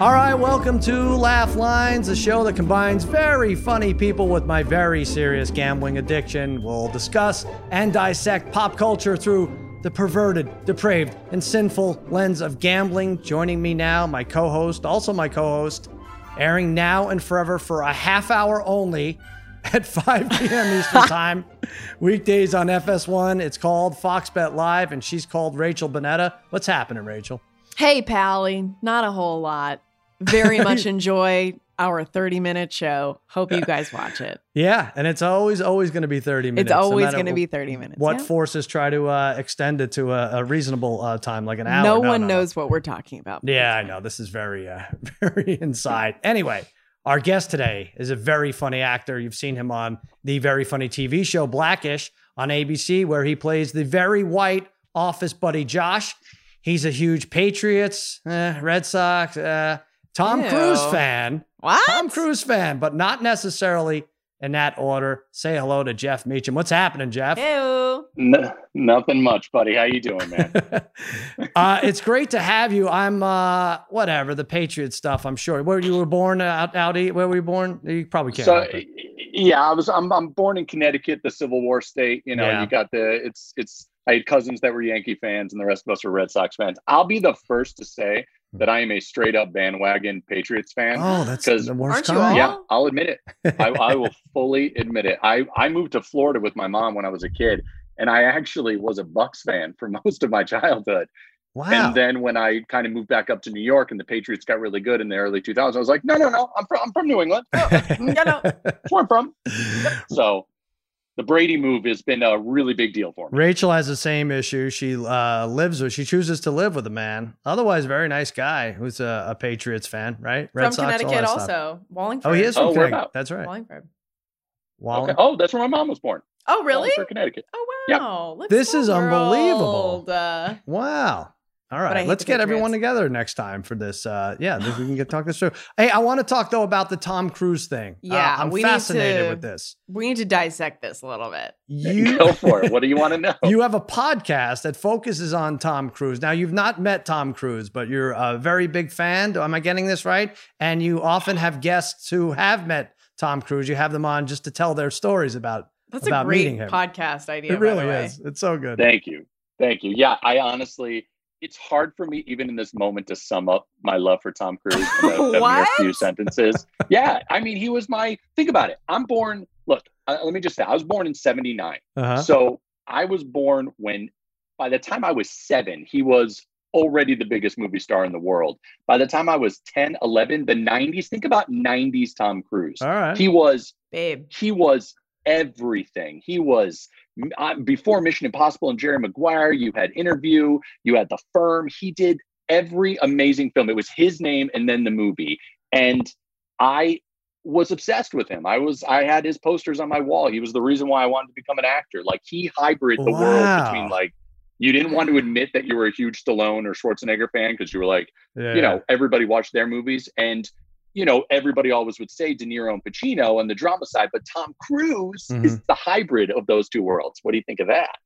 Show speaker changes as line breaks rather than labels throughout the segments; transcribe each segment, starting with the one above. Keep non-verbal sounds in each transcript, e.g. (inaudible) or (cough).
All right, welcome to Laugh Lines, a show that combines very funny people with my very serious gambling addiction. We'll discuss and dissect pop culture through the perverted, depraved, and sinful lens of gambling. Joining me now, my co host, also my co host, airing now and forever for a half hour only (laughs) at 5 p.m. Eastern Time, weekdays on FS1. It's called Fox Bet Live, and she's called Rachel Bonetta. What's happening, Rachel?
Hey, Pally, not a whole lot. Very
(laughs)
much enjoy our 30 minute show. Hope you guys watch it.
Yeah, and it's always, always going to be 30 minutes.
It's
no
always
matter
going to
wh-
be 30 minutes.
What
yeah?
forces try to uh, extend it to a, a reasonable uh, time, like an hour?
no one knows what we're talking about.
Yeah, I know. This is very, uh, (laughs) very inside. Anyway, our guest today is a very funny actor. You've seen him on the very funny TV show Blackish on ABC, where he plays the very white office buddy Josh. He's a huge Patriots, eh, Red Sox, uh, Tom
Ew.
Cruise fan.
What?
Tom Cruise fan, but not necessarily in that order. Say hello to Jeff Meacham. What's happening, Jeff? (laughs)
Ew.
N- nothing much, buddy. How you doing, man?
uh, it's great to have you. I'm uh, whatever the Patriot stuff. I'm sure. Where you were born? uh, Out, out east? Where were you born? You probably (laughs) can't.
so,
help it.
yeah, I was. I'm, I'm born in Connecticut, the Civil War state. You know,
Yeah.
you got the. It's it's. I had cousins that were Yankee fans, and the rest of us were Red Sox fans. I'll be the first to say that I am a straight up bandwagon Patriots fan.
oh, that's
'cause-
the worst
Aren't you
kind.
all?
Yeah, I'll admit it. I,
(laughs)
I will fully admit it. I, I moved to Florida with my mom when I was a kid, and I actually was a Bucks fan for (laughs) most of my childhood.
Wow.
And then when I kind of moved back up to New York and the Patriots got really good in the early 2000s, I was like, no, no, no, I'm from, I'm from
(laughs)
New England. No, that's
No, no.
where I'm from. So the Brady move has been a really big deal for me.
Rachel has the same issue. She uh, lives with. She chooses to live with a man, otherwise very nice guy who's a, a Patriots fan, right? Red
From
Sox, all that
Connecticut,
stuff.
also. Wallingford.
Oh, he is from
Oh, where
Connecticut.
about?
That's right.
Wallingford.
Wall-
Okay. Oh, that's where my mom was born.
Oh, really?
Wallingford, Connecticut.
Oh,
Yep.
wow. Look
This
at
is
the
unbelievable.
world. Uh,
Wow. All right,
hate
let's
the
get everyone
Patriots.
together next time for this. Uh, yeah, this, we can get talk this
(laughs)
through. Hey, I want to talk though about the Tom Cruise thing. Uh,
Yeah,
I'm
we need
fascinated
to-
with
(laughs)
this.
we need to dissect this a little bit.
You
(laughs) Go for it.
(laughs)
What do you want to know?
you have a podcast that focuses on Tom Cruise. Now you've not met Tom Cruise, but you're a very big fan. Am I getting this right? And you often have guests who have met Tom Cruise. You have them on just to tell their stories about.
That's
About
a great
meeting him.
podcast idea.
it
by the
really
way.
is. It's so good.
(laughs) Thank you. Thank you. Yeah, I honestly, it's hard for me even in this moment to sum up my love for Tom Cruise
(laughs)
in a, a mere
What?
few sentences. Yeah, I mean, he was my, think about it. I'm born, look, uh, let me just say, I was born in 79.
Uh-huh.
So I was born when, by the time I was seven, he was already the biggest movie star in the world. By the time I was 10, 11, the 90s, think about 90s Tom Cruise.
All right.
He was
Babe.
he was everything. He was uh, before Mission Impossible and Jerry Maguire. You had Interview, you had The Firm. He did every amazing film. It was his name and then the movie. And I was obsessed with him. I was I had his posters on my wall. He was the reason why I wanted to become an actor. Like he hybrid the world
Wow.
between like you didn't want to admit that you were a huge Stallone or Schwarzenegger fan because you were like
Yeah.
you know, everybody watched their movies and you know, everybody always would say De Niro and Pacino on the drama side, but Tom Cruise is the hybrid of those two worlds. What do you think of that?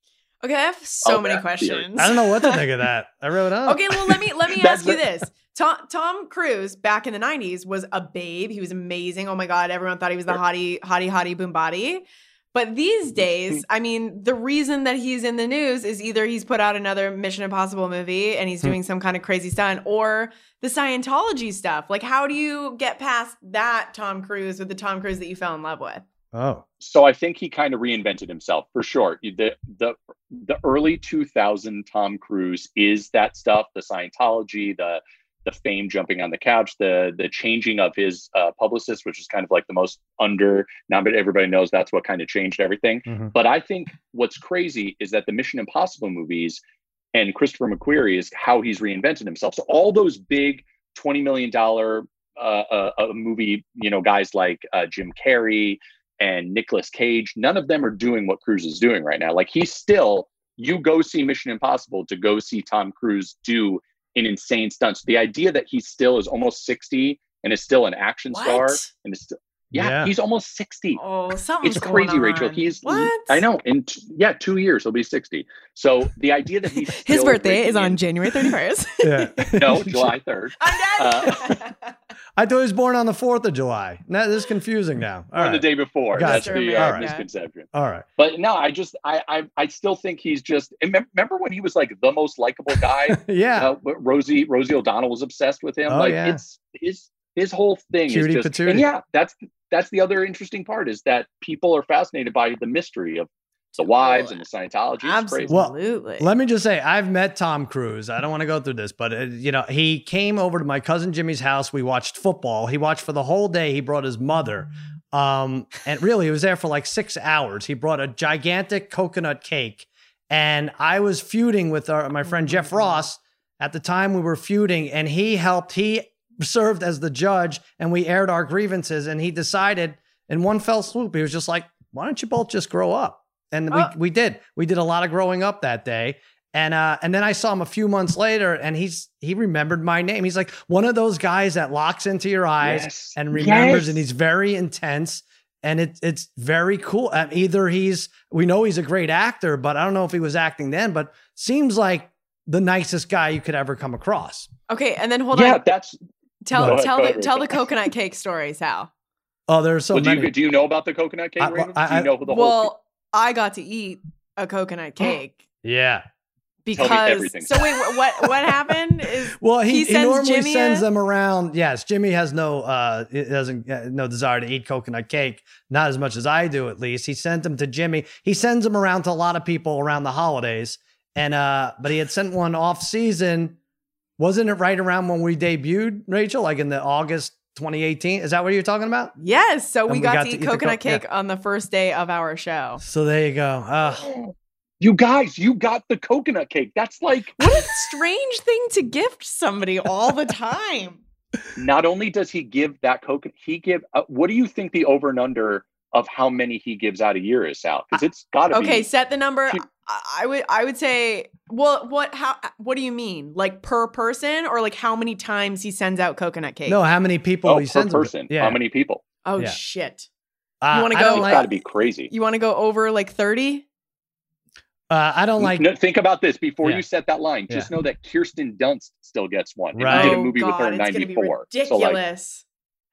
Okay, I have so
Oh,
many
that's serious.
questions.
I don't know what
(laughs)
to think of that. I wrote it up.
Okay, well let me let me
(laughs) That's
ask you this. Tom, Tom Cruise back in the '90s was a babe. He was amazing. Oh my god, everyone thought he was the
Sure.
hottie, hottie, hottie boom body. But these days, I mean, the reason that he's in the news is either he's put out another Mission Impossible movie and he's
Hmm.
doing some kind of crazy stunt, or the Scientology stuff. Like, how do you get past that Tom Cruise with the Tom Cruise that you fell in love with?
Oh.
So I think he kind of reinvented himself for sure. You- The the the early 2000 Tom Cruise is that stuff, the Scientology, the the fame jumping on the couch, the the changing of his uh, publicist, which is kind of like the most under. Now, but everybody knows that's what kind of changed everything.
Mhm.
But I think what's crazy is that the Mission Impossible movies and Christopher McQuarrie is how he's reinvented himself. So all those big twenty million dollar uh, uh, uh, movie, you know, guys like uh, Jim Carrey and Nicolas Cage, none of them are doing what Cruise is doing right now. Like he's still, you go see Mission Impossible to go see Tom Cruise do an insane stunt. So the idea that he still is almost sixty and is still an action star
What?
and is still Yeah,
Yeah.
he's almost 60.
Oh, something's
it's crazy,
going
Rachel.
on.
He's
what?
I know. In t- yeah, two years he'll be 60. So the idea that he's
(laughs) His
still
birthday
raking
is on
in-
January
(laughs)
31st.
Yeah.
(laughs)
no July 3rd.
I'm dead.
(laughs)
(laughs)
(laughs)
I thought he was born on the 4th of July. Now, this is confusing now. All
on the
right.
day before.
Gotcha.
That's the uh,
All right.
misconception.
All right.
But no, I just I I, I still think he's just. and mem- Remember when he was like the most likable
(laughs)
guy?
Yeah.
uh, but Rosie Rosie O'Donnell was obsessed with him.
Oh,
like
yeah.
it's his his whole thing
Cutie
is just.
patootie.
And yeah, that's that's the other interesting part is that people are fascinated by the mystery of the
Oh,
wives and the Scientology. It's crazy.
Well,
Absolutely.
Let me just say, I've met Tom Cruise. I don't want to go through this, but uh, you know, he came over to my cousin Jimmy's house. We watched football. He watched for the whole day. He brought his mother, um, and really, he was there for like six hours. He brought a gigantic coconut cake, and I was feuding with our, my friend Jeff Ross at the time. We were feuding, and he helped. He served as the judge, and we aired our grievances. And he decided in one fell swoop, he was just like, "Why don't you both just grow up?" And we,
Oh.
we did. We did a lot of growing up that day. And uh, and then I saw him a few months later, and he's he remembered my name. He's like one of those guys that locks into your eyes
Yes.
and remembers,
Yes.
and he's very intense, and it, it's very cool. Uh, either he's we know he's a great actor, but I don't know if he was acting then, but seems like the nicest guy you could ever come across.
okay, and then hold
yeah,
on.
that's
Go
Tell
ahead,
tell
go
the
ahead,
tell the
Rachel.
coconut cake stories, Hal.
Oh, there's so
well, do
many.
you do you know about the coconut cake?
I-
Raymond?
I-
do you
I-
know (laughs) the whole?
Well, I got to eat a coconut
(gasps)
cake
yeah.
Tell
because.
me everything.
So wait, wh- what what happened? Is
Well, he,
He
he,
sends
normally
Jimmy
sends
a-
them around. Yes, Jimmy has no uh he doesn't uh, no desire to eat coconut cake, not as much as I do at least. He sent them to Jimmy. He sends them around to a lot of people around the holidays. And uh but he had sent one off season. Wasn't it right around when we debuted, Rachel? Like in the August 2018? Is that what you're talking about?
yes, so
And
we got, to eat
the
coconut
co- yeah.
cake on the first day of our show.
So there you go. Uh,
(gasps) You guys, you got the coconut cake. That's like
What a strange thing to gift somebody all the
(laughs)
time.
not only does he give that coconut, he give. Uh, what do you think the over and under of how many he gives out a year is out? Because it's got to
Okay,
be.
set the number.
Shoot.
I, I would I would say well what how what do you mean? Like per person or like how many times he sends out coconut cake?
no, how many people
Oh,
he
per
sends them to.
person.
Yeah.
How many people?
Oh
Yeah.
shit.
Uh,
You wanna
I don't
go-
It's
like-
got to be crazy.
You want to go over like 30?
uh, I don't like
no, think about this before
Yeah.
you set that line. Just know that Kirsten Dunst still gets one. And
Right.
You did a
Oh,
movie with her in
God, it's gonna be
'94. So like,
ridiculous.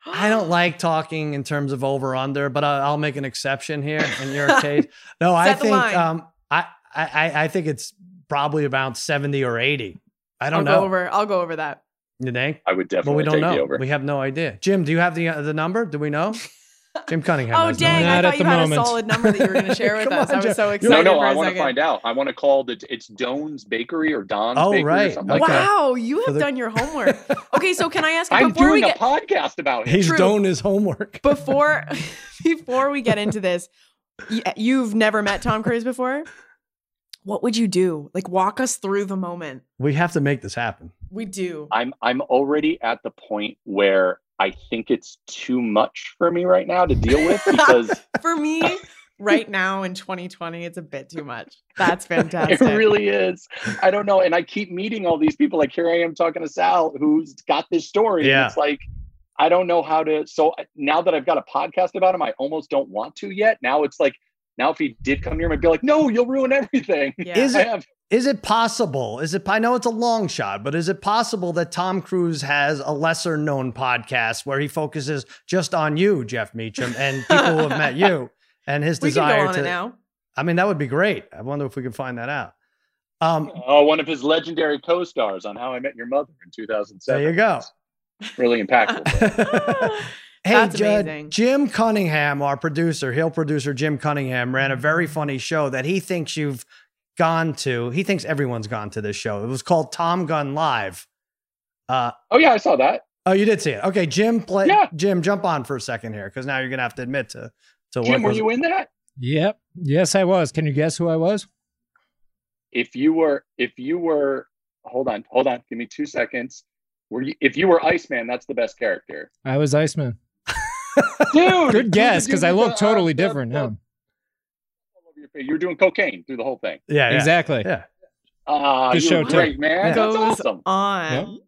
I don't like talking in terms of over under, but I, I'll make an exception here in
(laughs)
your case. No, I
Set the
think
line.
um, I, I I- I think it's probably about seventy or eighty. I don't
will
know.
go over I'll go over that.
You think?
I would
But we
definitely
don't
take the
know.
over.
We have no idea. Jim, do you have the uh, the number? Do we
(laughs)
know? Jim Cunningham.
Oh
has no
dang,
idea.
I
Not
thought
at
you
the
had a
moment.
solid number that you were going to
(laughs)
share with
Come
us.
on,
I
Jeff.
was so
No,
no,
excited
no,
for
I
a
want to
second.
find out. I want to call the it's Doan's Bakery or Don's
Oh,
Bakery
right.
or something like uh,
Okay.
that.
Wow, you have
So the-
done
(laughs)
your homework. okay, so can I ask you
I'm
before we
doing a
get
podcast about it.
(laughs) He's
True.
doing his homework.
before (laughs) before we get into this, y- you've never met Tom Cruise before. What would you do? Like, walk us through the moment.
We have to make this happen.
We do.
I'm I'm already at the point where I think it's too much for me right now to
(laughs)
deal with because
For
(laughs)
me, right now in 2020, it's a bit too much. That's
it
fantastic.
really is. I don't know. And I keep meeting all these people. Like here I am talking to Sal, who's got this story.
Yeah.
And it's like I don't know how to. So uh, now that I've got a podcast about him, I almost don't want to yet. Now it's like now if he did come here, I'd be like, no, you'll ruin everything.
yeah.
Is
I
it-
have-
Is it possible? Is it? I know it's a long shot, but is it possible that Tom Cruise has a lesser known podcast where he focuses just on you, Jeff Meacham, and people who have met
(laughs)
you, and his
we can
desire
go on
to? (laughs)
it now.
I mean, that would be great. I wonder if we could find that out.
(laughs)
Um,
oh, one of his legendary co-stars on How I Met Your Mother in 2007.
There you go.
Really
(laughs)
impactful.
hey,
Ah, That's
Judd,
amazing.
Jim Cunningham, our producer, Hill producer Jim Cunningham, ran a very funny show that he thinks you've gone to. He thinks everyone's gone to this show. It was called Tom Gun Live. Uh,
oh yeah, I saw that.
Oh, you did see it. Okay, Jim, play.
Yeah.
Jim, jump on for a second here, because now you're gonna have to admit to to what
Jim, were
was-
you in that?
Yep. Yes, I was. Can you guess who I was?
If you were, if you were, hold on, hold on, give me two seconds. Were you, if you were Iceman, that's the
(laughs)
best character,
I was Iceman.
dude.
Good guess, because I look
uh,
totally different
now.
now.
You were doing cocaine through the whole thing.
Yeah, yeah,
Exactly.
yeah,
Ah,
Good
you
show,
were
Tim.
great, man.
Yeah.
That's
Goes
awesome.
on.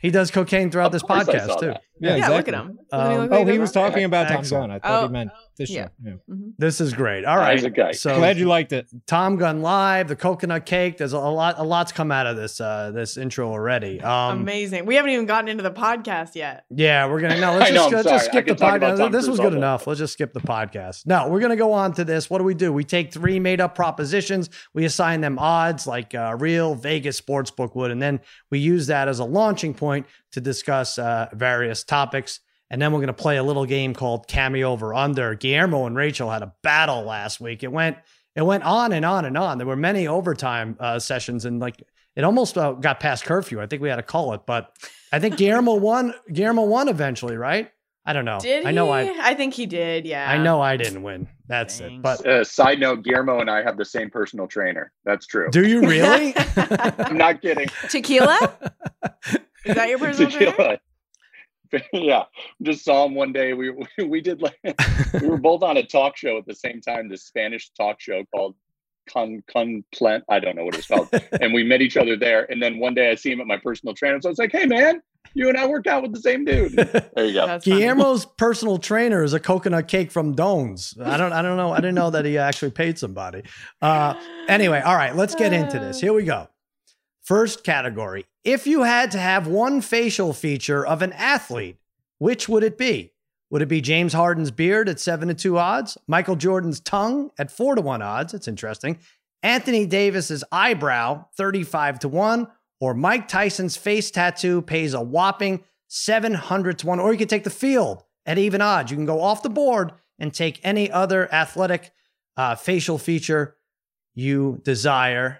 He does cocaine throughout
Of
this
course I
podcast
saw
too.
that.
Yeah,
yeah, look
exactly.
at him.
Um,
Look
Oh,
like
he
a
was
rock.
talking about Top
Excellent.
Gun. I thought
Oh,
he meant this
yeah.
show. Yeah.
This is great. All right.
He's a guy.
So
Glad you liked it.
Tom Gun Live, the coconut cake. There's a lot a lot's come out of this uh this intro already. Um
Amazing. We haven't even gotten into the podcast yet.
yeah, we're gonna
(laughs)
no,
I
let's
know,
just,
I'm
let's
sorry.
just
I
skip the
could talk about
podcast.
Tom
This
Cruise
was
all
good
day.
enough. Let's just skip the podcast. No, we're gonna go on to this. What do we do? We take three made up propositions, we assign them odds like uh, real Vegas sportsbook would, and then we use that as a launching point to discuss uh, various topics. And then we're going to play a little game called Cameo Over Under. Guillermo and Rachel had a battle last week. It went it went on and on and on. There were many overtime uh, sessions, and like it almost uh, got past curfew. I think we had to call it, but I think
(laughs)
Guillermo won. Guillermo won eventually, right? I don't know.
Did
Oh, I know
he?
I
I think he did. Yeah.
I
(laughs)
know I didn't win. That's
Thanks.
it. But
Uh, side note: Guillermo and I have the same personal trainer. That's
(laughs)
true.
do you really?
I'm not kidding.
(laughs)
Tequila? Is that your
(laughs)
personal trainer?
Tequila. yeah, just saw him one day. We we, we
(laughs)
did like we were both on a talk show at the same time. This Spanish talk show called Con Con Plant. I don't know what it's
(laughs)
called. and we met each other there. And then one day I see him at my personal trainer. So I was like, "Hey, man, you and I worked out with the
(laughs)
same dude." There you
(laughs)
go.
That's funny.
Guillermo's personal trainer is a coconut cake from Dones. I don't I don't know. I didn't know that he actually paid somebody. Uh, anyway, all right, let's get into this. Here we go. First category. If you had to have one facial feature of an athlete, which would it be? Would it be James Harden's beard at 7 to 2 odds? Michael Jordan's tongue at 4 to 1 odds? It's interesting. Anthony Davis's eyebrow 35 to 1 or Mike Tyson's face tattoo pays a whopping 700 to 1 or you could take the field at even odds. You can go off the board and take any other athletic uh, facial feature you desire.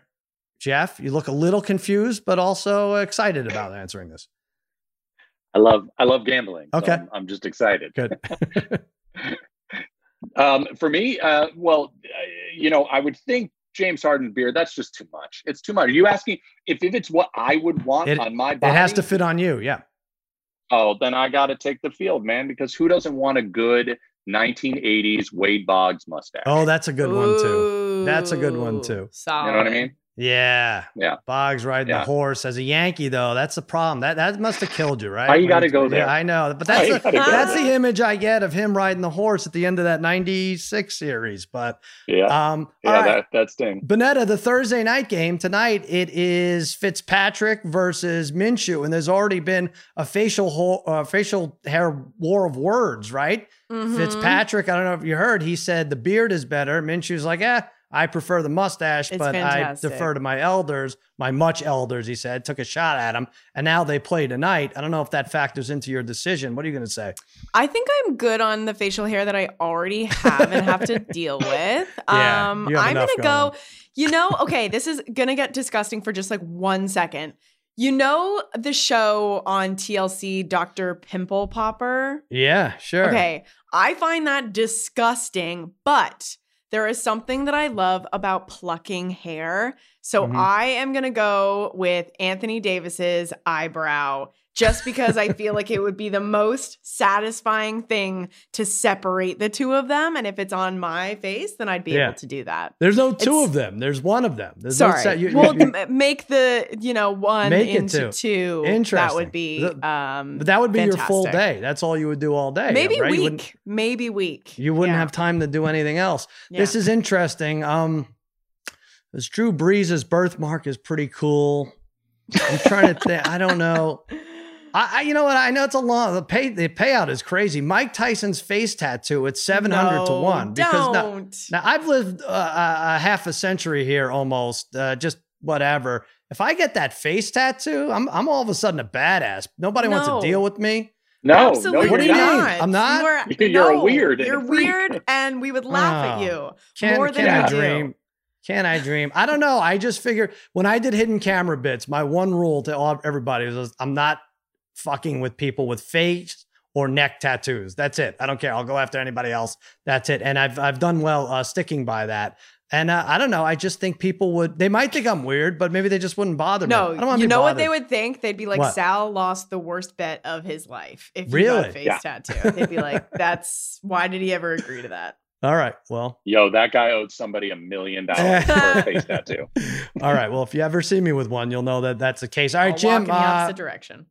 Jeff, you look a little confused, but also excited about answering this.
I love I love gambling. so
Okay.
I'm, I'm just excited. (laughs)
Good.
Um, for me, uh, well, uh, you know, I would think James Harden beard. That's just too much. It's too much. Are you asking if if it's what I would want
It-
on my body?
It has to fit on you. Yeah.
Oh, then I got to take the field, man, because who doesn't want a good 1980s Wade Boggs mustache?
Oh, that's a good one, too. That's a good one,
Ooh,
too.
Solid.
you know what I mean?
Yeah.
Yeah.
Boggs riding
Yeah.
the horse as a Yankee, though. That's the problem. That that must have killed you, right?
Why Oh, you
When
gotta go there?
Yeah, I know. But
Why
that's
you
the,
gotta go
that's
there?
the image I get of him riding the horse at the end of that 96 series. But
Yeah,
um all
yeah,
right.
that that sting.
Bonetta, the Thursday night game tonight, it is Fitzpatrick versus Minshew, and there's already been a facial ho- uh, facial hair war of words, right?
Mhm.
Fitzpatrick, I don't know if you heard, he said the beard is better. Minshew's like, eh, I prefer the mustache,
It's
but
fantastic.
I defer to my elders, my much elders. He said, took a shot at him, and now they play tonight. I don't know if that factors into your decision. What are you going to say?
I think I'm good on the facial hair that I already have
(laughs)
and have to deal with.
Yeah,
um,
you have
I'm
enough
gonna
going
go. You know, okay, this is gonna get disgusting for just like one second. You know the show on TLC, Doctor Pimple Popper.
Yeah, sure.
Okay, I find that disgusting, but there is something that I love about plucking hair. So
Mhm.
I am going to go with Anthony Davis's eyebrow just because I feel like it would be the most satisfying thing to separate the two of them and if it's on my face then I'd be
Yeah.
able to do that.
There's no two
It's-
of them. There's one of them. There's
Sorry.
No set, you-
well,
you-
m- make the, you know, one
Make it
into two. That
Interesting.
would be
The-
um
But that would be your full
Fantastic.
day. That's all you would do all day.
maybe
right? You wouldn't,
week, maybe week.
you wouldn't
Yeah.
have time to do anything else.
Yeah.
This is interesting. Um, this Drew Brees' birthmark is pretty cool. I'm trying to think. I don't know.
(laughs)
I, I, you know what? I know it's a long. The pay, the payout is crazy. Mike Tyson's face tattoo. It's 700 to
No,
one. Because now,
don't.
now I've lived uh, a, a half a century here almost. Uh, just whatever. If I get that face tattoo, I'm I'm all of a sudden a badass. Nobody wants
No.
to deal with me.
No,
Absolutely
no,
What do you
you're
mean?
not.
not.
I'm not?
You are,
(laughs) You're a
no,
weird and
You're
a freak.
weird, and we would laugh
Oh,
at you.
Can,
More than
can
I
I
do.
dream? Can I dream? I don't know. I just figured when I did hidden camera bits, my one rule to all everybody was I'm not fucking with people with face or neck tattoos. That's it. I don't care. I'll go after anybody else. That's it. And I've I've done well uh, sticking by that. And uh, I don't know. I just think people would. They might think I'm weird, but maybe they just wouldn't bother me. I don't
No,
wanna be
you know what
bothered.
they would think? They'd be like,
What?
Sal lost the worst bet of his life if he got
Really?
a face
Yeah.
tattoo. They'd be
(laughs)
like, that's why did he ever agree to that?
All right. Well.
Yo, that guy owed somebody a
(laughs)
million dollars for a face tattoo.
All right. Well, if you ever see me with one, you'll know that that's the case. All
I'll
right,
walk
Jim.
in the
uh,
opposite direction.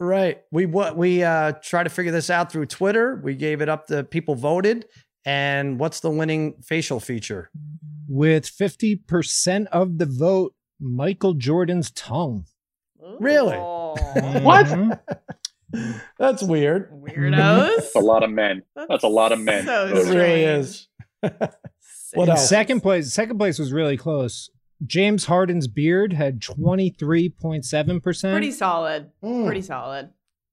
Right. We what we uh try to figure this out through Twitter. We gave it up to people voted. And what's the winning facial feature?
With 50% of the vote, Michael Jordan's tongue.
Really?
Ooh.
(laughs)
What?
Mhm.
That's weird.
Weirdos.
That's a lot of men. That's a lot of men.
So
It
It really
strange.
is. What
In
else?
second place, second place was really close. James Harden's beard had 23.7%,
Pretty solid.
Mm.
Hmm. Pretty solid.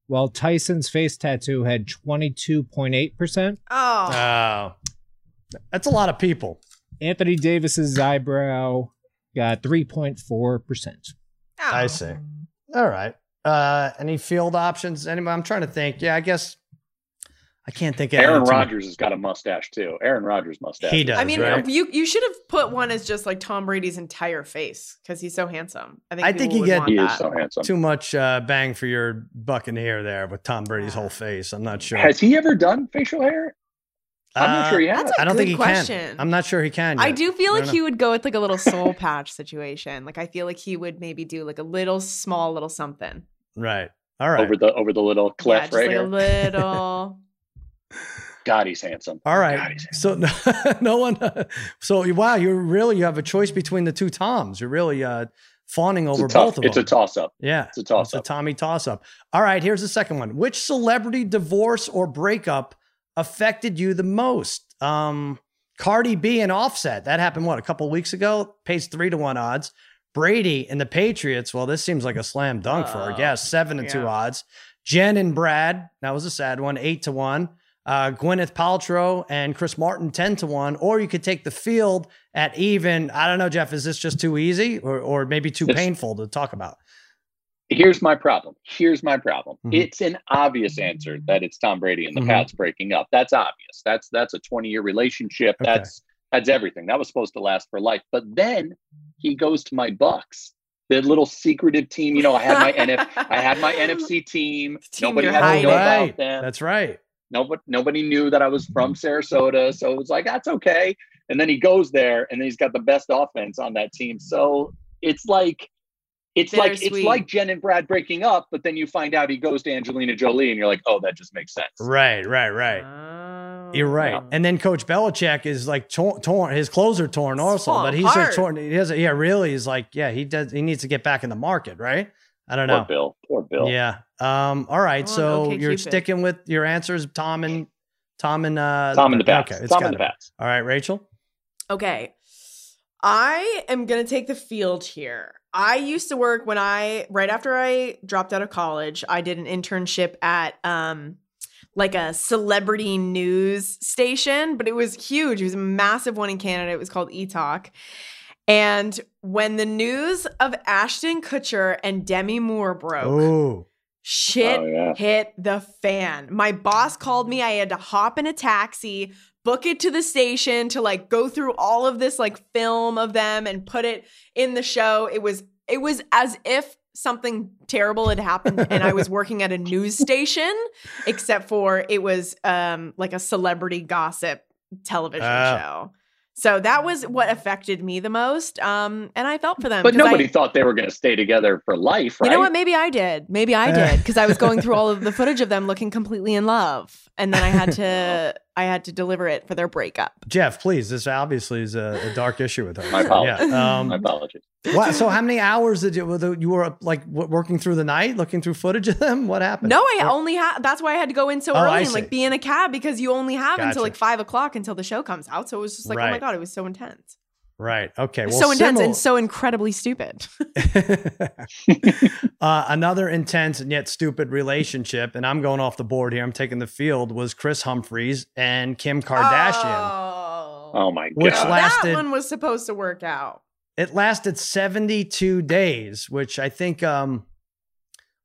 while Tyson's face tattoo had 22.8%.
Oh,
Oh. That's a lot of people.
Anthony Davis's eyebrow got 3.4%.
oh.
I see. All right. Uh any field options? Anybody? I'm trying to think. Yeah, I guess I can't think of
Aaron
anything.
Rodgers has got a mustache too. Aaron Rodgers mustache.
He does.
I mean,
right?
you you should have put one as just like Tom Brady's entire face because he's so handsome. I think
I think
people
you
would
get-
want
He is
that.
so handsome.
too much uh, bang for your buck in the air there with Tom Brady's whole face. I'm not sure.
Has he ever done facial hair? I'm
Uh,
not sure he has.
That's a
I don't
good
think he
question.
can. I'm not sure he can.
I
yet.
do feel
I
like
don't
he would go with like a little soul patch situation. Like I feel like he would maybe do like a little small little something.
Right. All right.
Over the over the little
yeah,
cliff
just
right
like
here.
a little.
God, he's handsome.
All
God,
right.
he's handsome.
So (laughs) no, no one. so wow, you really you have a choice between the two Toms. You're really uh, fawning
It's
over
a, tough,
both of
it's
them.
a toss up.
yeah.
It's a toss
It's a
up.
Tommy toss up. All right. Here's the second one. Which celebrity divorce or breakup affected you the most? Um, Cardi B and Offset. That happened what a couple weeks ago. Pays three to one odds. Brady and the Patriots. Well, this seems like a slam dunk for our
Oh,
guest. Seven to two
yeah.
odds. Jen and Brad. That was a sad one. Eight to one. Uh, Gwyneth Paltrow and Chris Martin ten to one. Or you could take the field at even. I don't know, Jeff. Is this just too easy, or or maybe too
It's-
painful to talk about?
Here's my problem. Here's my problem.
Mhm.
It's an obvious answer that it's Tom Brady and the
Mhm.
Pats breaking up. That's obvious. That's that's a 20 year relationship.
Okay.
That's that's everything. That was supposed to last for life. But then he goes to my Bucks, the little secretive team. You know, (laughs) I had my NF, I
(laughs)
had my NFC team.
The team
Nobody
you're
had to know
hiding.
about them.
That's right.
nobody nobody knew that I was from
Mm-hmm.
Sarasota, so it was like that's okay. And then he goes there, and then he's got the best offense on that team. So it's like it's like it's
Bittersweet.
like Jen and Brad breaking up, but then you find out he goes to Angelina Jolie, and you're like, oh, that just makes sense.
Right, right, right.
Oh.
You're right. And then Coach Belichick is like tor- torn. His clothes are torn also,
Falling
but he's a
apart.
torn. He doesn't. Yeah, really. He's like, yeah, he does. He needs to get back in the market, right? I don't
Poor
know.
Bill. Poor Bill.
Yeah. Um. All right.
Oh,
so
okay,
you're
Cupid.
sticking with your answers, Tom and Tom and uh,
Tom and the Pats.
Okay, it's
Tom and the
gotta be.
Pats.
All right, Rachel.
Okay. I am going to take the field here. I used to work when I, right after I dropped out of college, I did an internship at um, like a celebrity news station, but it was huge. It was a massive one in Canada. It was called eTalk. And when the news of Ashton Kutcher and Demi Moore broke,
Oh,
shit
Oh, yeah.
hit the fan. My boss called me. I had to hop in a taxi, book it to the station to like go through all of this like film of them and put it in the show. It was it was as if something terrible had happened and I was working at a news station except for it was um like a celebrity gossip television
Ah.
show. So that was what affected me the most. Um and I felt for them
But
'cause I-
nobody thought they were going to stay together for life, right?
you know what? Maybe I did. Maybe I
Yeah. (laughs)
did because I was going through all of the footage of them looking completely in love, and then I
(laughs)
had to I had to deliver it for their breakup.
Jeff, please. This obviously is a, a dark issue with her.
My apologies.
Yeah. Um,
My apologies.
wow,
(laughs)
so how many hours did you you were like w- working through the night, looking through footage of them? What happened?
No, I
Or-
only had. That's why I had to go in so
Oh, I
early and
see.
like be in a cab because you only have
Gotcha.
until like five o'clock until the show comes out. So it was just like, oh my
Right.
god, it was so intense,
Right. Okay.
It was
Well,
so intense,
similar-
and so incredibly stupid.
(laughs) uh, another intense and yet stupid relationship, and I'm going off the board here. I'm taking the field was Chris Humphries and Kim Kardashian.
Oh,
Oh my
Which
god.
la-
that
lasted-
one was supposed to work out.
It lasted 72 days, which I think um,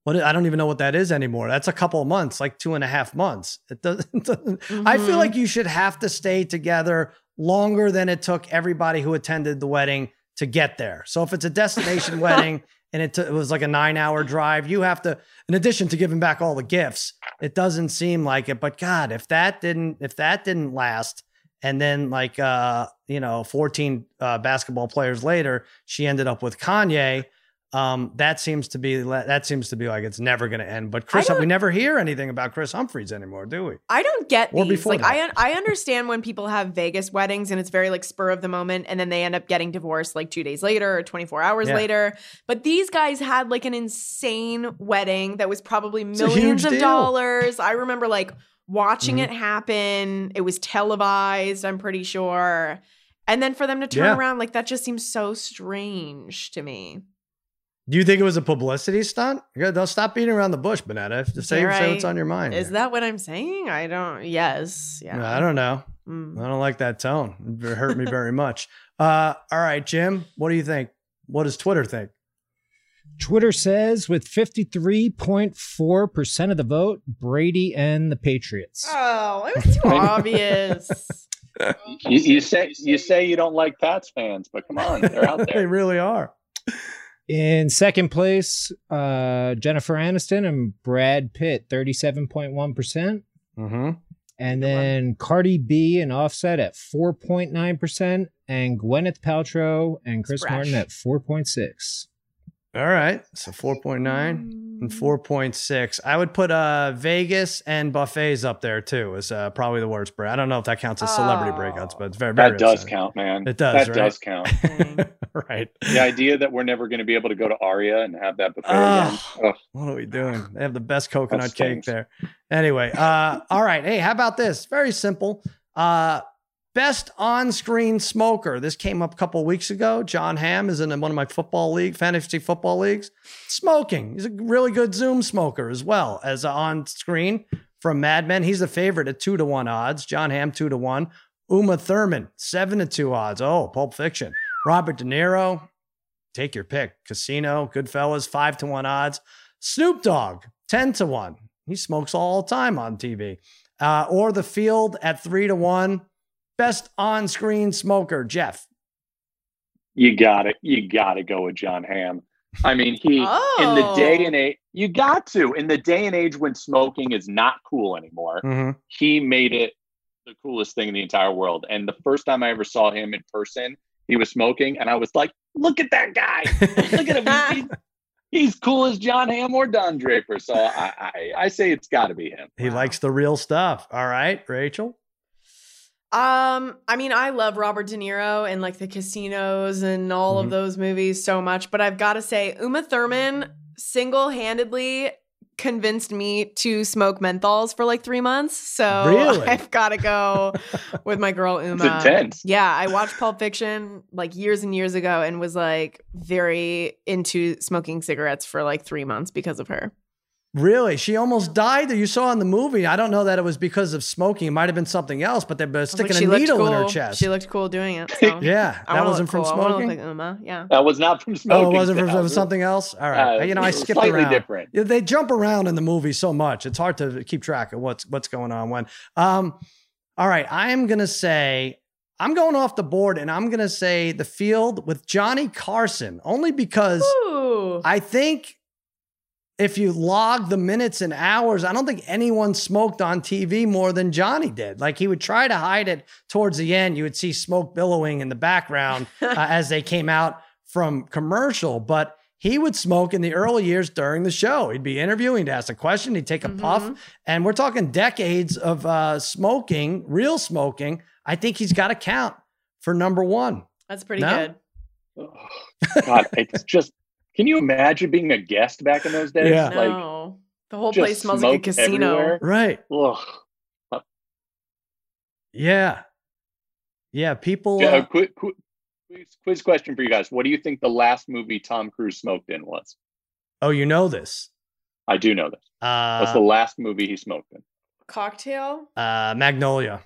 what I don't even know what that is anymore. That's a couple of months, like two and a half months. (laughs) It doesn't. doesn't I feel
Mhm.
like you should have to stay together longer than it took everybody who attended the wedding to get there. So if it's a destination wedding and it, t- it was like a nine hour drive, you have to, in addition to giving back all the gifts, it doesn't seem like it. But God, if that didn't, if that didn't last, and then like uh, you know, 14 uh, basketball players later, she ended up with Kanye. Um, that seems to be that seems to be like it's never going to end. But Chris,
don't-
we never hear anything about Chris Humphreys anymore, do we?
I don't get
Or
these.
before
Like I, un- I understand when people have Vegas weddings and it's very like spur of the moment, and then they end up getting divorced like two days later or 24 hours
Yeah.
later. But these guys had like an insane wedding that was probably
a huge
millions of
deal.
dollars. I remember like watching
Mhm.
it happen. It was televised. I'm pretty sure. And then for them to turn
Yeah.
around like that just seems so strange to me.
Do you think it was a publicity stunt? Yeah, Don't stop beating around the bush, Bonetta. Just say,
Dare
say what's
I-
on your mind.
Is that what I'm saying? I don't. Yes. Yeah.
I don't know.
Mm.
I don't like that tone. It hurt me very much. Uh, all right, Jim, what do you think? What does Twitter think?
Twitter says with 53.4% of the vote, Brady and the Patriots.
Oh,
(laughs)
it was too obvious.
You, you say you say you don't like Pats fans, but come on, they're out
(laughs) they
there.
really are.
In second place, uh, Jennifer Aniston and Brad Pitt, 37.1%.
Mm-hmm.
And then Cardi B and Offset at 4.9%, and Gwyneth Paltrow and Chris
Fresh.
Martin at 4.6.
All right. So 4.9 and
Mm.
4.6. I would put uh, Vegas and buffets up there too, is uh, probably the worst break. I don't know if that counts as celebrity
Oh.
breakouts, but it's very, very
That does
upsetting.
count, man.
It does,
That
right?
does count.
(laughs) right.
The idea that we're never going to be able to go to Aria and have that buffet
Ah.
again. Ugh.
What are we doing? They have the best coconut cake
stinks.
there. Anyway, uh, all right. Hey, how about this? Very simple. Uh, best on-screen smoker. This came up a couple weeks ago. John Hamm is in one of my football league, fantasy football leagues. Smoking. He's a really good Zoom smoker as well as on screen from Mad Men. He's the favorite at two to one odds. John Hamm two to one. Uma Thurman seven to two odds. Oh, Pulp Fiction. Robert De Niro. Take your pick. Casino. Goodfellas five to one odds. Snoop Dogg, 10 to 1. He smokes all the time on TV. Uh, or the field at 3 to 1. Best on screen smoker, Jeff.
You got it. You got to go with John Hamm. I mean, he (laughs) in the
Oh.
Oh,
day and age you got to in the day and age when smoking is not cool anymore.
Mm-hmm.
he made it the coolest thing in the entire world. And the first time I ever saw him in person, he was smoking, and I was like, "Look at that guy! Look at
(laughs)
him! He- he's cool as John Hamm or Don Draper." So I, I, I say it's got to be him.
He
Wow.
likes the real stuff. All right, Rachel.
Um, I mean, I love Robert De Niro and like the casinos and all
Mhm.
of those movies so much, but I've got to say, Uma Thurman single handedly convinced me to smoke menthols for like three months. So
Really?
(laughs) I've got to go with my girl
It's
Uma.
intense.
Yeah, I watched Pulp Fiction like years and years ago and was like very into smoking cigarettes for like three months because of her.
Really? She almost died that you saw in the movie. I don't know that it was because of smoking. It might have been something else, but they've been
I was like,
sticking
she
a
looked
needle in her
cool.
chest.
She looked cool doing
(laughs)
it. So.
yeah,
I
that
wanna
wasn't
look
from
cool. I wanna
smoking.
look like Uma. Yeah.
That was not from smoking.
oh, it wasn't from
Sal.
it was something else. All right,
Uh,
you know, I skipped
slightly
around.
different.
Yeah, they jump around in the movie so much; it's hard to keep track of what's what's going on when. Um, all right, I am gonna say I'm going off the board, and I'm gonna say the field with Johnny Carson only because
Ooh.
I think if you log the minutes and hours, I don't think anyone smoked on TV more than Johnny did. Like he would try to hide it towards the end. You would see smoke billowing in the background uh, as they came out from commercial, but he would smoke in the early years during the show. He'd be interviewing, to ask a question, he'd take a
Mhm.
puff, and we're talking decades of uh, smoking, real smoking. I think he's got to count for number one.
That's pretty
No?
good.
God, it's just. Can you imagine being a guest back in those days?
Yeah.
Like,
no. The whole
just
place smells like a
smoke
casino.
everywhere.
Right?
ugh.
Yeah, yeah. People.
Yeah,
uh,
a quick, quick, quiz- quiz question for you guys. What do you think the last movie Tom Cruise smoked in was?
oh, you know this.
I do know this. What's
Uh,
the last movie he smoked in?
Cocktail?
uh, Magnolia.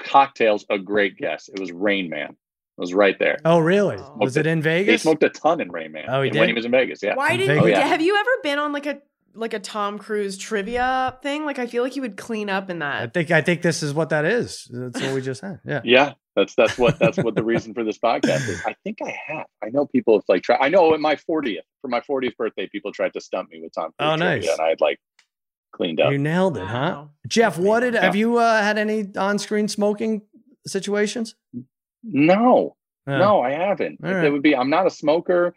Cocktails, a great guess. It was Rain Man. It was right there.
Oh, really?
Oh.
Was it in
He
Vegas?
smoked a ton in Rain Man.
Oh, he
and when
did?
he was in Vegas, yeah.
Why
in
did
Vegas.
not
Oh, yeah.
have you ever been on like a like a Tom Cruise trivia thing? Like I feel like he would clean up in
I
that.
think I think this is what that is. That's what we just had. Yeah.
Yeah, that's that's what that's what the reason for this podcast is. I think I have. I know people have like tried. I know at my 40th for my 40th birthday, people tried to stump me with Tom Cruise.
Oh,
trivia,
nice.
And I had like cleaned up.
You nailed it, huh?
Wow.
Jeff, what did
Yeah.
have you uh, had any on-screen smoking situations?
no,
Yeah.
No, I haven't.
All
It-
right.
It would be I'm not a smoker,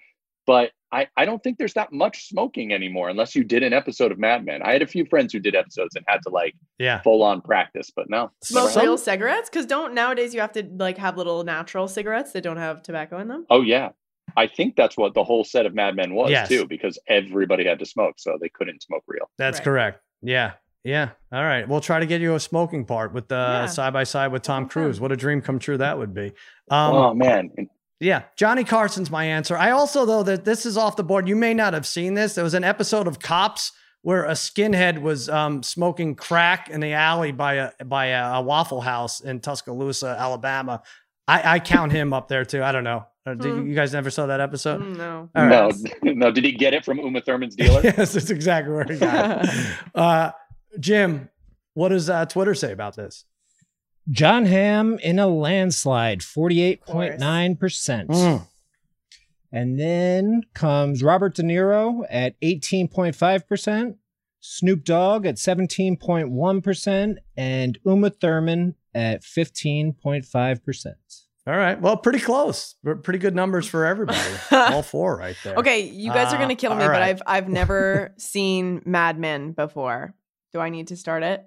but I, I don't think there's that much smoking anymore unless you did an episode of Mad Men. I had a few friends who did episodes and had to like
Yeah.
full on practice, but no.
Smoke
Some-
real cigarettes? Because don't nowadays you have to like have little natural cigarettes that don't have tobacco in them.
Oh yeah. I think that's what the whole set of Mad Men was
Yes.
too, because everybody had to smoke, so they couldn't smoke real.
That's
Right.
correct. Yeah. Yeah. All right. We'll try to get you a smoking part with
Yeah.
the side by side with Tom
Okay.
Cruise. What a dream come true that would be. Um,
oh man.
Yeah, Johnny Carson's my answer. I also though that this is off the board. You may not have seen this. There was an episode of Cops where a skinhead was um, smoking crack in the alley by a by a, a Waffle House in Tuscaloosa, Alabama. I, I count him up there too. I don't know. Uh, Did you,
Hmm. Mm.
you guys never saw that episode?
No.
All right.
no, (laughs) no. Did he get it from Uma
(laughs)
Thurman's dealer?
yes, that's exactly where he got it. uh, Jim, what does uh, Twitter say about this?
John Hamm in a landslide, 48.9%.
Mm.
And then comes Robert De Niro at 18.5%, Snoop Dogg at 17.1%, and Uma Thurman at 15.5%.
All right. Well, pretty close. Pretty good numbers for everybody. All four right there.
Okay, you guys are
Uh,
gonna kill me,
all
but
right.
I've (laughs) I've never seen Mad Men before. Do I need to start it?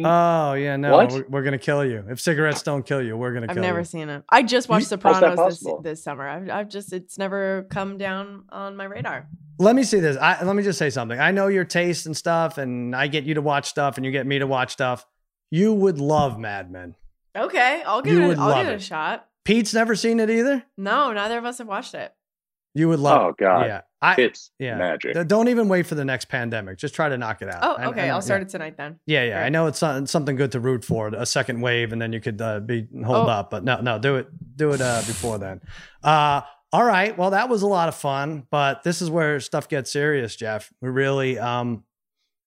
Mm.
Oh yeah, no,
What?
We're, we're gonna kill you. If cigarettes don't kill you, we're gonna
I've
kill
never
you.
seen it. I just watched
how's that
Sopranos this,
possible?
this summer. I've, I've just it's never come down on my radar.
Let me see this. I, let me just say something. I know your taste and stuff, and I get you to watch stuff, and you get me to watch stuff. You would love Mad Men.
Okay, I'll give
You
it.
would
A, I'll
love
give it a
it.
shot.
Pete's never seen it either.
No, neither of us have watched it.
You would love.
Oh god.
it. Yeah, I.
It's
Yeah.
magic.
th- Don't even wait for the next pandemic. Just try to knock it out.
Oh,
I- I
okay,
know-
I'll start
yeah.
it tonight then.
Yeah, yeah.
All
I
right.
know it's some- something good to root for, a second wave, and then you could uh, be hold
Oh.
up. But no, no, do it, do it uh, before then. Uh, all right. Well, that was a lot of fun, but this is where stuff gets serious, Jeff. We really, um,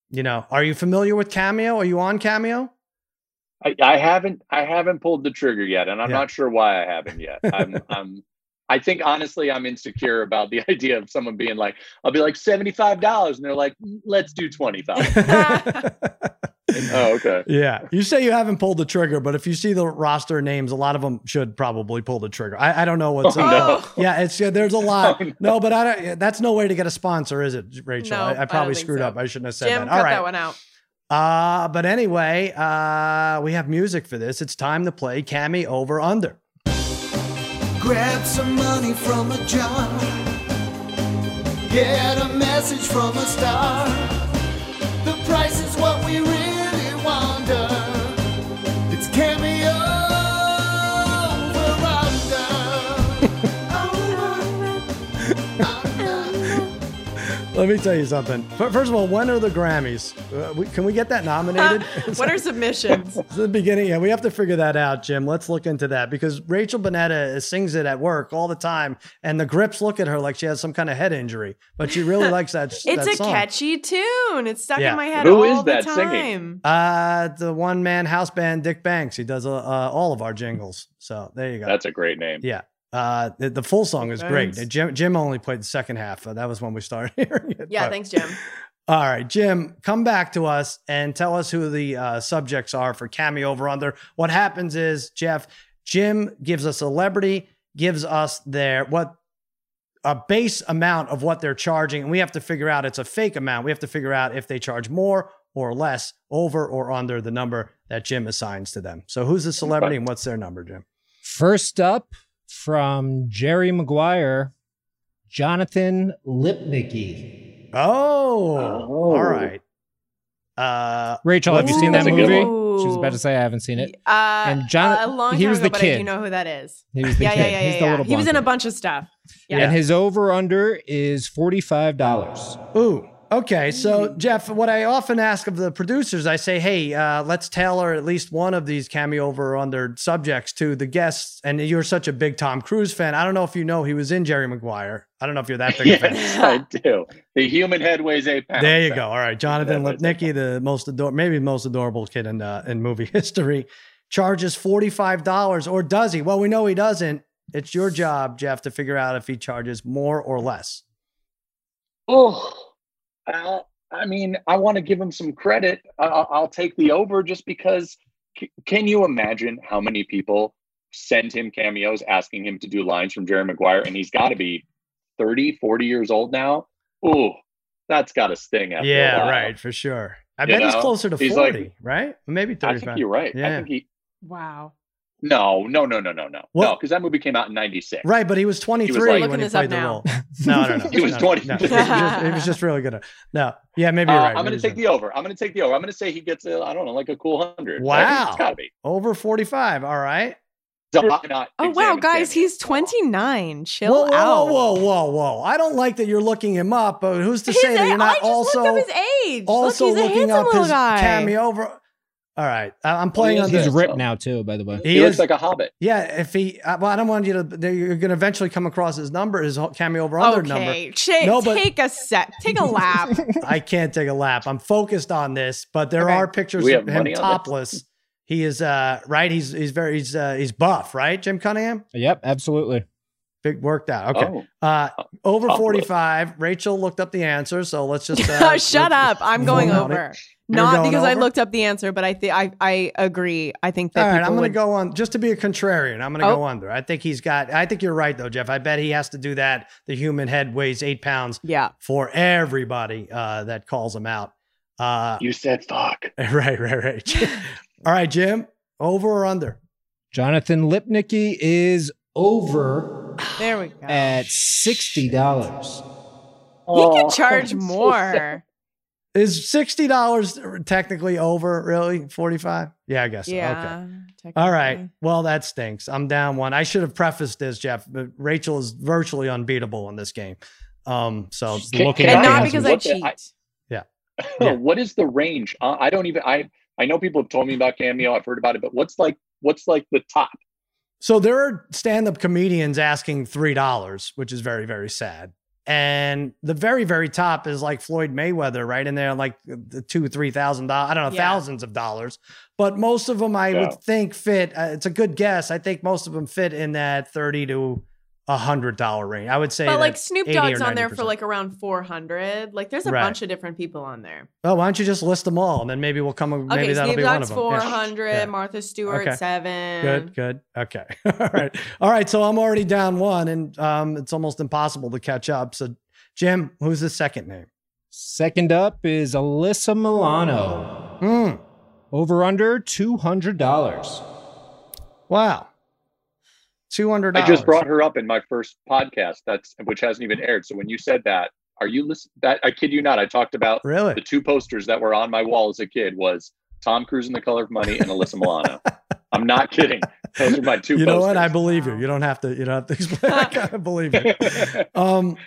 you know, are you familiar with Cameo? Are you on Cameo? (laughs)
I, I haven't I haven't pulled the trigger yet, and I'm
Yeah.
not sure why I haven't
(laughs)
yet. I'm, I'm I think honestly I'm insecure about the (laughs) idea of someone being like I'll be like seventy five dollars, and they're like let's do
(laughs)
twenty five. oh okay.
Yeah, you say you haven't pulled the trigger, but if you see the roster names, a lot of them should probably pull the trigger. I, I don't know what's
Oh,
up.
no.
Oh,
Yeah, it's yeah, there's a lot.
(laughs) Oh, no.
no. but I don't. yeah, That's no way to get a sponsor, is it, Rachel?
No, I
I, I
don't
probably
think
screwed
so.
up. I shouldn't have (laughs) said
Jim,
that. All
cut
right.
that one out.
Uh, but anyway, uh, we have music for this. It's time to play Cammy Over Under.
Grab some money from a jar. Get a message from a star. The price is what we really wonder. It's cameo over under.
Let me tell you something. Fir- First of all, when are the Grammys? Uh, we, can we get that
(laughs)
nominated?
what are submissions?
It's the beginning. Yeah, we have to figure that out, Jim. Let's look into that because Rachel Bonetta sings it at work all the time, and the grips look at her like she has some kind of head injury, but she
(laughs)
really likes that.
It's
that
a
song.
catchy tune. It's stuck
Yeah.
in my head
Who
all
is
the
that
time.
singing?
Uh, the one man house band, Dick Banks. He does uh, uh, all of our jingles. So there you go.
That's a great name.
Yeah. Uh, the, the full song is great.
Thanks.
Jim, Jim only played the second half. Uh, that was when we started (laughs) hearing it.
Yeah,
but-
thanks, Jim.
All right, Jim, come back to us and tell us who the uh, subjects are for Cameo Over Under. What happens is, Jeff, Jim gives a celebrity, gives us their what a base amount of what they're charging, and we have to figure out it's a fake amount. We have to figure out if they charge more or less, over or under the number that Jim assigns to them. So, who's the celebrity and what's their number, Jim?
First up from Jerry Maguire, Jonathan Lipnicki.
Oh,
Oh.
all right. Uh,
Rachel, oh, have you
Ooh.
seen that
That's a good
movie?
one.
She was about to say I haven't seen it.
Uh,
And John-
a long
he
time
was
ago,
the
but I
kid.
do know who that is.
He was the
yeah,
kid.
yeah, yeah,
He's
yeah,
the
yeah.
little
He was in a
blonde kid.
bunch of stuff. Yeah.
And his over under is $45.
Ooh. Okay. So, Jeff, what I often ask of the producers, I say, hey, uh, let's tailor at least one of these cameo over under subjects to the guests. And you're such a big Tom Cruise fan. I don't know if you know he was in Jerry Maguire. I don't know if you're that big a
(laughs)
fan.
Yes, I do. The human head weighs eight pounds.
There you go. All right, Jonathan
Yeah, that's
Lipnicki, the most ador- maybe the most adorable kid in uh, in movie (laughs) history, charges forty five dollars, or does he? Well, we know he doesn't. It's your job, Jeff, to figure out if he charges more or less.
Oh, uh, I mean, I want to give him some credit. I- I'll, I'll take the over just because. C- can you imagine how many people send him cameos asking him to do lines from Jerry Maguire, and he's got to be 30, 40 years old now. Ooh, that's got to sting. After a
yeah,
while.
right, for sure. I
You
bet he's
know,
closer to
he's
40,
like-
right? Maybe
I
35.
think you're right. I
Yeah.
think he.
Wow.
No, no, no, no, no, no,
What?
no, because that movie came out in '96.
Right, but he was 23
looking
when he
this up
played the
now.
role. (laughs) No, no, no.
(laughs) He was
no, no,
20.
No, It, was just, it was just really good. No, yeah, maybe you're
Uh,
right.
I'm
Maybe
going to
he's
take
right.
the over. I'm going to take the over. I'm going to say he gets, uh, I don't know, like a cool 100. right?
Wow.
It's got to be.
over 45. All right.
Not- not
Oh wow,
examine
guys,
Samuel.
he's 29. Chill
whoa, whoa,
out.
whoa, whoa, whoa, whoa! I don't like that you're looking him up, but who's to
His
say that
a-
you're
I
not
just
also
looked up his age.
also
Look, he's a
looking
handsome
up
little
his
guy.
cameo? Over. All right, I- I'm playing
He
on
is
this.
He's
Yeah,
ripped
so-
now too, by the way.
He
He
is,
looks like a hobbit.
yeah. If he, I, well, I don't want you to. they- You're going to eventually come across his number, his whole cameo over under number.
Okay, Shay,
No, but-
take a set, take
(laughs)
a lap.
I can't take a lap. I'm focused on this, but there
Okay.
are pictures
We
of
have
him
money on this.
topless. He is uh right. He's he's very he's uh, he's buff, right? Jim Cunningham,
Yep, absolutely.
big worked out. Okay,
Oh,
uh, over
Topless.
45. Rachel looked up the answer, so let's just uh,
(laughs) Shut up! I'm going
Well,
over.
You're
Not
going
because I
over?
looked up the answer, but I think I I agree. I think that
All right,
people
I'm going
would
to go on just to be a contrarian. I'm going to
Oh.
go under. I think he's got. I think you're right though, Jeff. I bet he has to do that. The human head weighs eight pounds
Yeah.
for everybody uh, that calls him out. Uh, (laughs)
you said fuck.
right, right,
(laughs)
right. All right, Jim. Over or under?
Jonathan Lipnicki is over
There we go.
at sixty dollars.
he
Oh,
could charge
(laughs)
I'm so sad.
more.
Is sixty dollars technically over? Really, forty-five? Yeah, I guess. So. Okay.
yeah. Mm-hmm.
All right.
technically.
Well, that stinks. I'm down one. I should have prefaced this, Jeff. But Rachel is virtually unbeatable in this game. Um, so
She's
look
kicking
it
And
up.
Yeah,
not
I
because I
looked at-
cheat.
I-
Yeah.
what is the range? Uh, I don't even. I I know people have told me about Cameo. I've heard about it, but what's like what's like the top?
So there are stand-up comedians asking three dollars, which is very, very sad. And the very, very top is like Floyd Mayweather, right? And they're like uh, the two, three thousand dollars. I don't know,
Yeah.
thousands of dollars. But most of them, I
Yeah.
would think fit. Uh, it's a good guess. I think most of them fit in that thirty to a hundred dollar range. I would say.
But like
that-
Snoop
80 or
Dogg's on there for
90%.
like around 400. Like there's a
Right.
bunch of different people on there.
oh, why don't you just list them all, and then maybe we'll come. Maybe
Okay,
that'll
Snoop
be one of
Dogg's
them.
400,
Yeah.
Martha Stewart
Okay.
7.
Good, good. Okay. (laughs) All right. All right. So I'm already down one, and um, it's almost impossible to catch up. So, Jim, who's the second name?
Second up is Alyssa Milano.
Hmm.
Over under two hundred dollars.
Wow. Two hundred.
I just brought her up in my first podcast. That's which hasn't even aired. So when you said that, are you listen? That I kid you not. I talked about the
Really?
two posters that were on my wall as a kid was Tom Cruise in The Color of Money and Alyssa
(laughs)
Milano. I'm not kidding. Those are my two.
You know what? I
posters.
believe you.
Wow.
You don't have to. You don't have to (laughs) explain. I kind of believe (laughs) you. Um,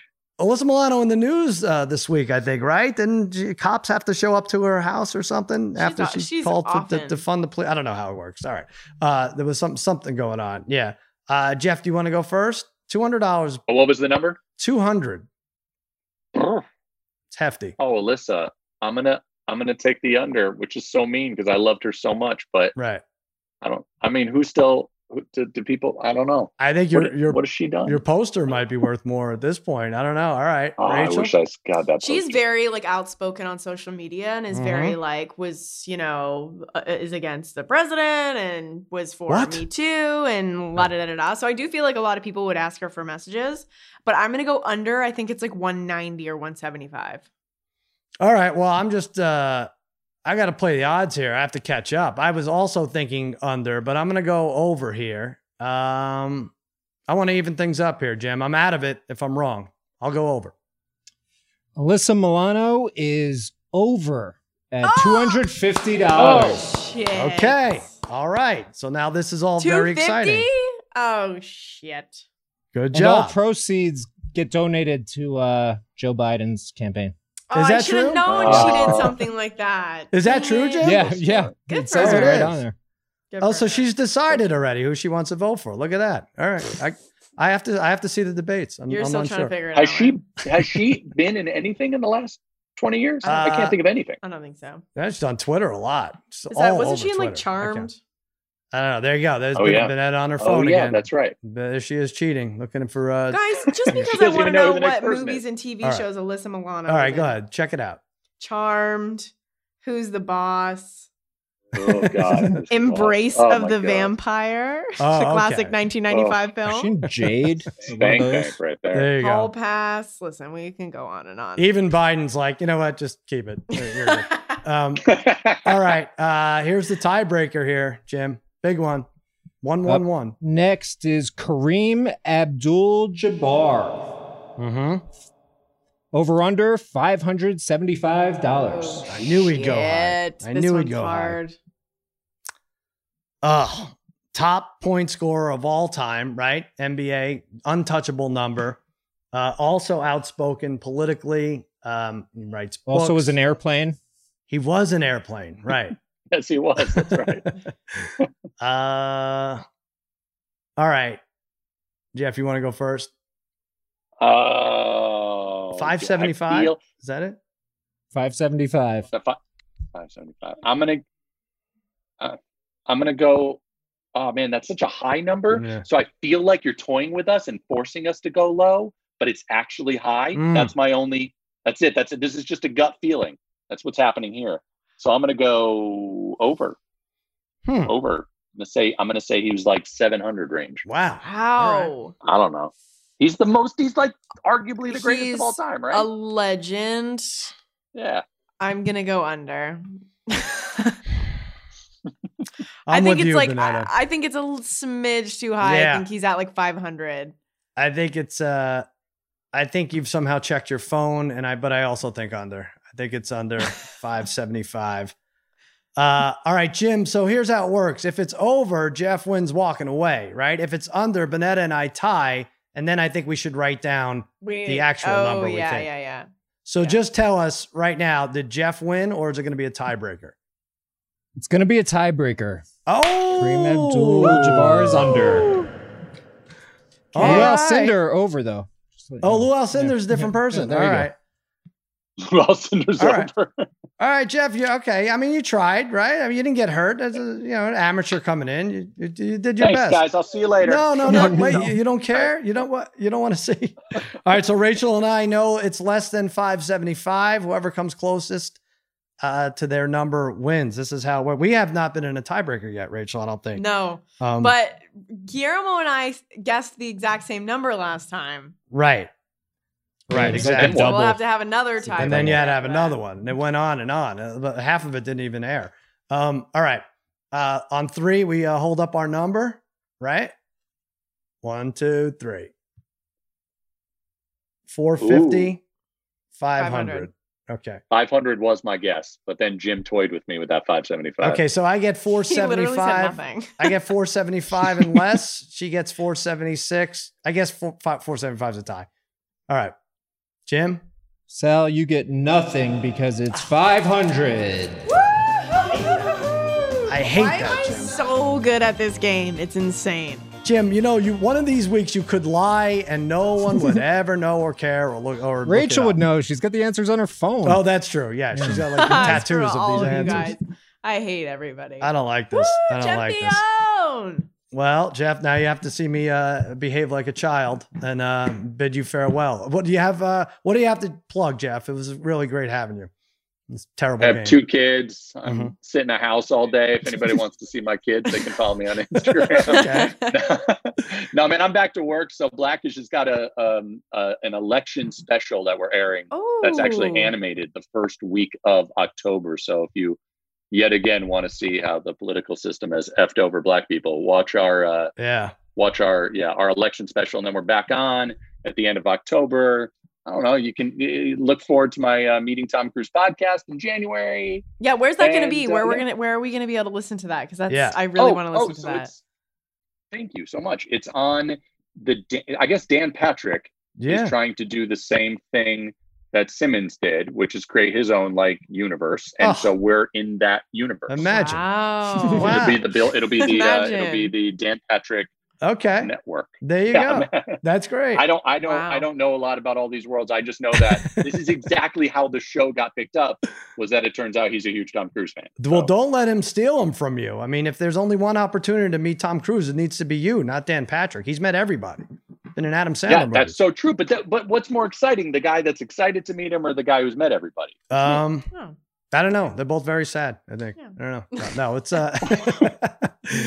Alyssa Milano in the news uh, this week, I think, right? Didn't she- cops have to show up to her house or something after
o-
she
she's
called to, to,
often-
to fund the police? I don't know how it works. All right. Uh, there was some, something going on. Yeah. Uh, Jeff, do you want to go first? $200.
(laughs) what was the number?
200
Oh,
It's hefty.
Alyssa. I'm gonna I'm gonna take the under, which is so mean because I loved her so much. But
Right.
I don't. I mean, who still? who- Do, do people? I don't know.
I think your,
What,
your,
what has she done?
your poster might be worth more at this point. I don't know. All right.
Oh, I
Rachel?
wish I s- got that.
She's
poster.
very like outspoken on social media and is
Mm-hmm.
very like was you know uh, is against the president and was for
What? Oh.
me too and la da da da da. So I do feel like a lot of people would ask her for messages, but I'm gonna go under. I think it's like 190 or 175.
All right. Well, I'm just uh I gotta play the odds here. I have to catch up. I was also thinking under, but I'm gonna go over here. Um I wanna even things up here, Jim. I'm out of it if I'm wrong. I'll go over.
Alyssa Milano is over at
Ah!
Oh!
two hundred fifty dollars.
Shit.
Oh. Okay. All right. So now this is all very
250?
exciting.
Oh shit.
Good
And all
job.
proceeds get donated to uh, Joe Biden's campaign.
Oh,
Is
I
that
should have
true?
known she did
Oh.
something like that.
Is that true,
Damn.
Jim?
Yeah, yeah.
Good
it says
for
it
her.
right on there.
Good
Oh,
for
so
her.
she's decided already who she wants to vote for. Look at that. All right. I I have to I have to see the debates. I'm,
You're
I'm
still
unsure.
trying to figure it out.
Has she
right? (laughs)
has she been in anything in the last twenty years? I
Uh,
can't think of anything.
I don't think
(laughs)
so.
That's on Twitter a lot. It's
Is that,
all
wasn't
over
she in like
Twitter. I can't-
Charmed?
I don't know. There you go. There's
Oh,
been,
yeah.
been that on her
Oh
phone
yeah,
again. (laughs)
that's right.
There she is cheating, looking for. Uh,
Guys, just because I
doesn't
want to
even know
know
who the next
what
person
movies
is.
and TV
All right.
shows Alyssa Milano.
all right,
is
go
in.
ahead, check it out.
Charmed. Who's the boss?
Oh God.
(laughs) Embrace
Oh,
of
my
the
God.
Vampire, (laughs)
Oh,
the classic
okay. Oh,
1995 film.
Shouldn't
(laughs)
Jade. one of
Bang, bang,
those?
right there.
There you
Hall
go.
pass. Listen, we can go on and (laughs) on.
Even Biden's like, you know what? Just keep it. You're- you're
(laughs)
good." Um, all right. Uh, here's the tiebreaker here, Jim. Big one. One, one, one.
Next is Kareem Abdul Jabbar.
Mm-hmm.
Over under $575.
I knew we'd go high.
Shit,
I
this
knew we'd
one's
go high.
hard.
Oh, top point scorer of all time, right? NBA, untouchable number. Uh, also outspoken politically. Um, he writes books.
Also was an airplane.
He was an
(laughs)
airplane, right?
(laughs) yes, he was.
(laughs)
That's right.
Uh, all right, Jeff, you want to go first?
Oh,
Five
I
seventy-five?
feel-
Is that it?
575.
the fi- 575. I'm gonna uh, I'm gonna go oh man, that's such a high number.
Yeah.
So I feel like you're toying with us and forcing us to go low, but it's actually high.
Mm.
That's my only that's it. That's it. This is just a gut feeling. That's what's happening here. So I'm gonna go over.
Hmm.
Over. I'm gonna say I'm gonna say he was like seven hundred range.
Wow.
Wow.
I don't know. He's the most he's like arguably the greatest of all
He's
time, right?
A legend.
yeah. (laughs)
I'm going to go under. (laughs)
I'm
I think
with
it's
you,
like I,
Benetta.
I think it's a l- smidge too high.
Yeah.
I think he's at like 500.
I think it's uh I think you've somehow checked your phone and I but I also think under. I think it's
(laughs)
under 575. Uh all right, Jim, so here's how it works. If it's over, Jeff wins walking away, right? If it's under, Bonetta and I tie and then I think we should write down.
We,
The actual
oh,
number we
yeah,
think.
yeah, yeah.
So
Yeah.
just tell us right now, did Jeff win or is it going to be a tiebreaker?
It's going to be a tiebreaker.
Oh,
Kareem Abdul-Jabbar is under.
All
Lou
right.
Alcindor over, though. Just let you
Oh,
know.
Lou Alcinder's a
Yeah.
different
Yeah.
person.
There
All
you go.
right.
Alcinder's
All right.
over.
All right, Jeff. You okay? I mean, you tried, right? I mean, you didn't get hurt. That's a, you know an amateur coming in. You, you, you did your
Thanks,
best.
guys. I'll see you later.
No, no, no.
(laughs) No,
wait,
no.
You, you don't care. You don't what? You don't want to see. All right. So Rachel and I know it's less than five seventy five. Whoever comes closest uh, to their number wins. This is how we have not been in a tiebreaker yet, Rachel. I don't think.
No,
Um,
but Guillermo and I guessed the exact same number last time.
right, right,
It's like a
exactly.
So we'll
double.
have to have another
So then
time.
and then you had to have
But-
another one. And it went on and on. Uh, but Half of it didn't even air. Um, all right. Uh, on three, we uh, hold up our number, right? One, two, three. 450, 500.
500.
Okay.
500 was my guess, but then Jim toyed with me with that 575.
Okay. So I get
(laughs) (laughs) He literally said
475. (laughs)
nothing.
I get 475
(laughs)
and less. She gets 476. I guess four, five, 475 is a tie. All right. Jim?
Sal, you get nothing because it's 500.
I hate
Why
that,
am I
Jim.
so good at this game? It's insane.
Jim, you know, you one of these weeks you could lie and no one would ever know or care or look or look it
Rachel
up.
would know. She's got the answers on her phone. (laughs)
Oh, that's true. Yeah, she's got
(laughs)
like
Screw
tattoos
all
of these
of you
answers.
guys. I hate everybody.
I don't like this.
Woo,
I don't like this.
champion!
Well, Jeff, now you have to see me uh, behave like a child and uh, bid you farewell. What do you have? Uh, what do you have to plug, Jeff? It was really great having you. It's a terrible.
I have
game.
two kids. I'm
Mhm.
sitting in a house all day. If anybody wants to see my kids, they can follow me on
(laughs)
Instagram. (laughs)
Okay.
no, man, I'm back to work. So Blackish has got a, um, uh, an election special that we're airing.
Oh,
That's actually animated the first week of October. So if you yet again want to see how the political system has effed over black people, watch our uh,
Yeah.
watch our yeah our election special and then we're back on at the end of october i don't know you can uh, look forward to my uh, meeting tom cruise podcast in january
Yeah, where's that going to
And,
be?
uh,
Where we're
yeah.
gonna? Where are we going to be able to listen to that? Because that's
Yeah.
I really
Oh,
want to
oh,
listen to
so
that.
it's- thank you so much it's on the Da- i guess dan patrick
Yeah.
is trying to do the same thing that simmons did which is create his own like universe and
Oh.
so we're in that universe
Imagine.
(laughs)
Wow.
Wow.
It'll be the
(laughs)
bill. It'll be the. Uh, it'll be
Imagine.
the Dan Patrick
Okay.
Network.
There you
Yeah,
go. That's great.
I don't I don't
Wow.
I don't know a lot about all these worlds. I just know that this is exactly how the show got picked up was that it turns out he's a huge Tom Cruise fan.
Well,
So,
don't let him steal them from you. I mean, if there's only one opportunity to meet Tom Cruise, it needs to be you, not Dan Patrick. He's met everybody. Been an Adam Sandler.
yeah,
movie.
that's so true. But that, but what's more exciting, the guy that's excited to meet him or the guy who's met everybody?
um,
Oh.
I don't know. They're both very sad. I think.
Yeah.
I don't know. No, no, it's
(laughs)
uh,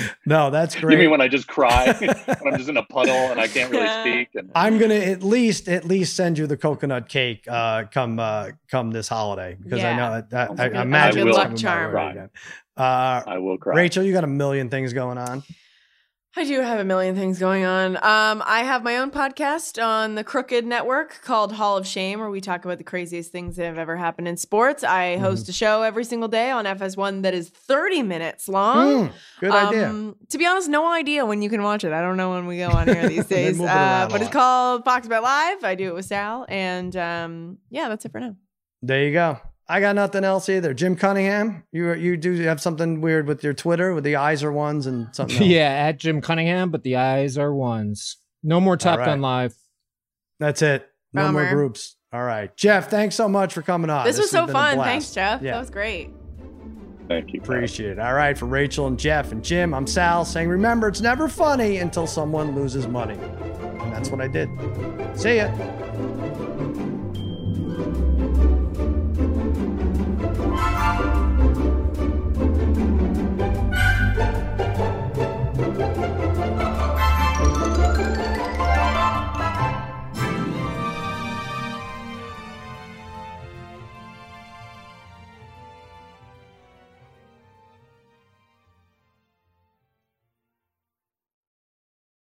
(laughs) no, that's great.
You mean when I
(laughs)
just cry, when I'm just in a puddle and I can't really speak? And
I'm gonna at least at least send you the coconut cake uh, come uh, come this holiday because I know that I, I,
good-
imagine
good
it's
luck
coming my
charm.
way
Right.
again. Uh,
I will cry.
Rachel, you got a million things going on.
I do have a million things going on. Um, I have my own podcast on the Crooked Network called Hall of Shame, where we talk about the craziest things that have ever happened in sports. I
Mm-hmm.
host a show every single day on FS1 that is 30 minutes long.
Mm, good idea.
Um, to be honest, no idea when you can watch it. I don't know when we go on
(laughs)
here these
They
days.
move it around
uh,
a
but it's
lot.
called Fox Bet Live. I do it with Sal, and um, yeah, that's it for now.
There you go. I got nothing else either. Jim Cunningham, you you do have something weird with your Twitter with the eyes are ones and
(laughs)
something. else.
Yeah, at Jim Cunningham, but the eyes are ones. No more Top
All right.
Gun Live.
that's it. No more
Bummer.
groups. All right, Jeff. Thanks so much for coming on.
this,
has
was so
been a
fun.
blast.
Thanks, Jeff.
Yeah.
That was great.
Thank you. Pat.
Appreciate it. All right, for Rachel and Jeff and Jim, I'm Sal saying, remember, it's never funny until someone loses money. And that's what I did. See ya.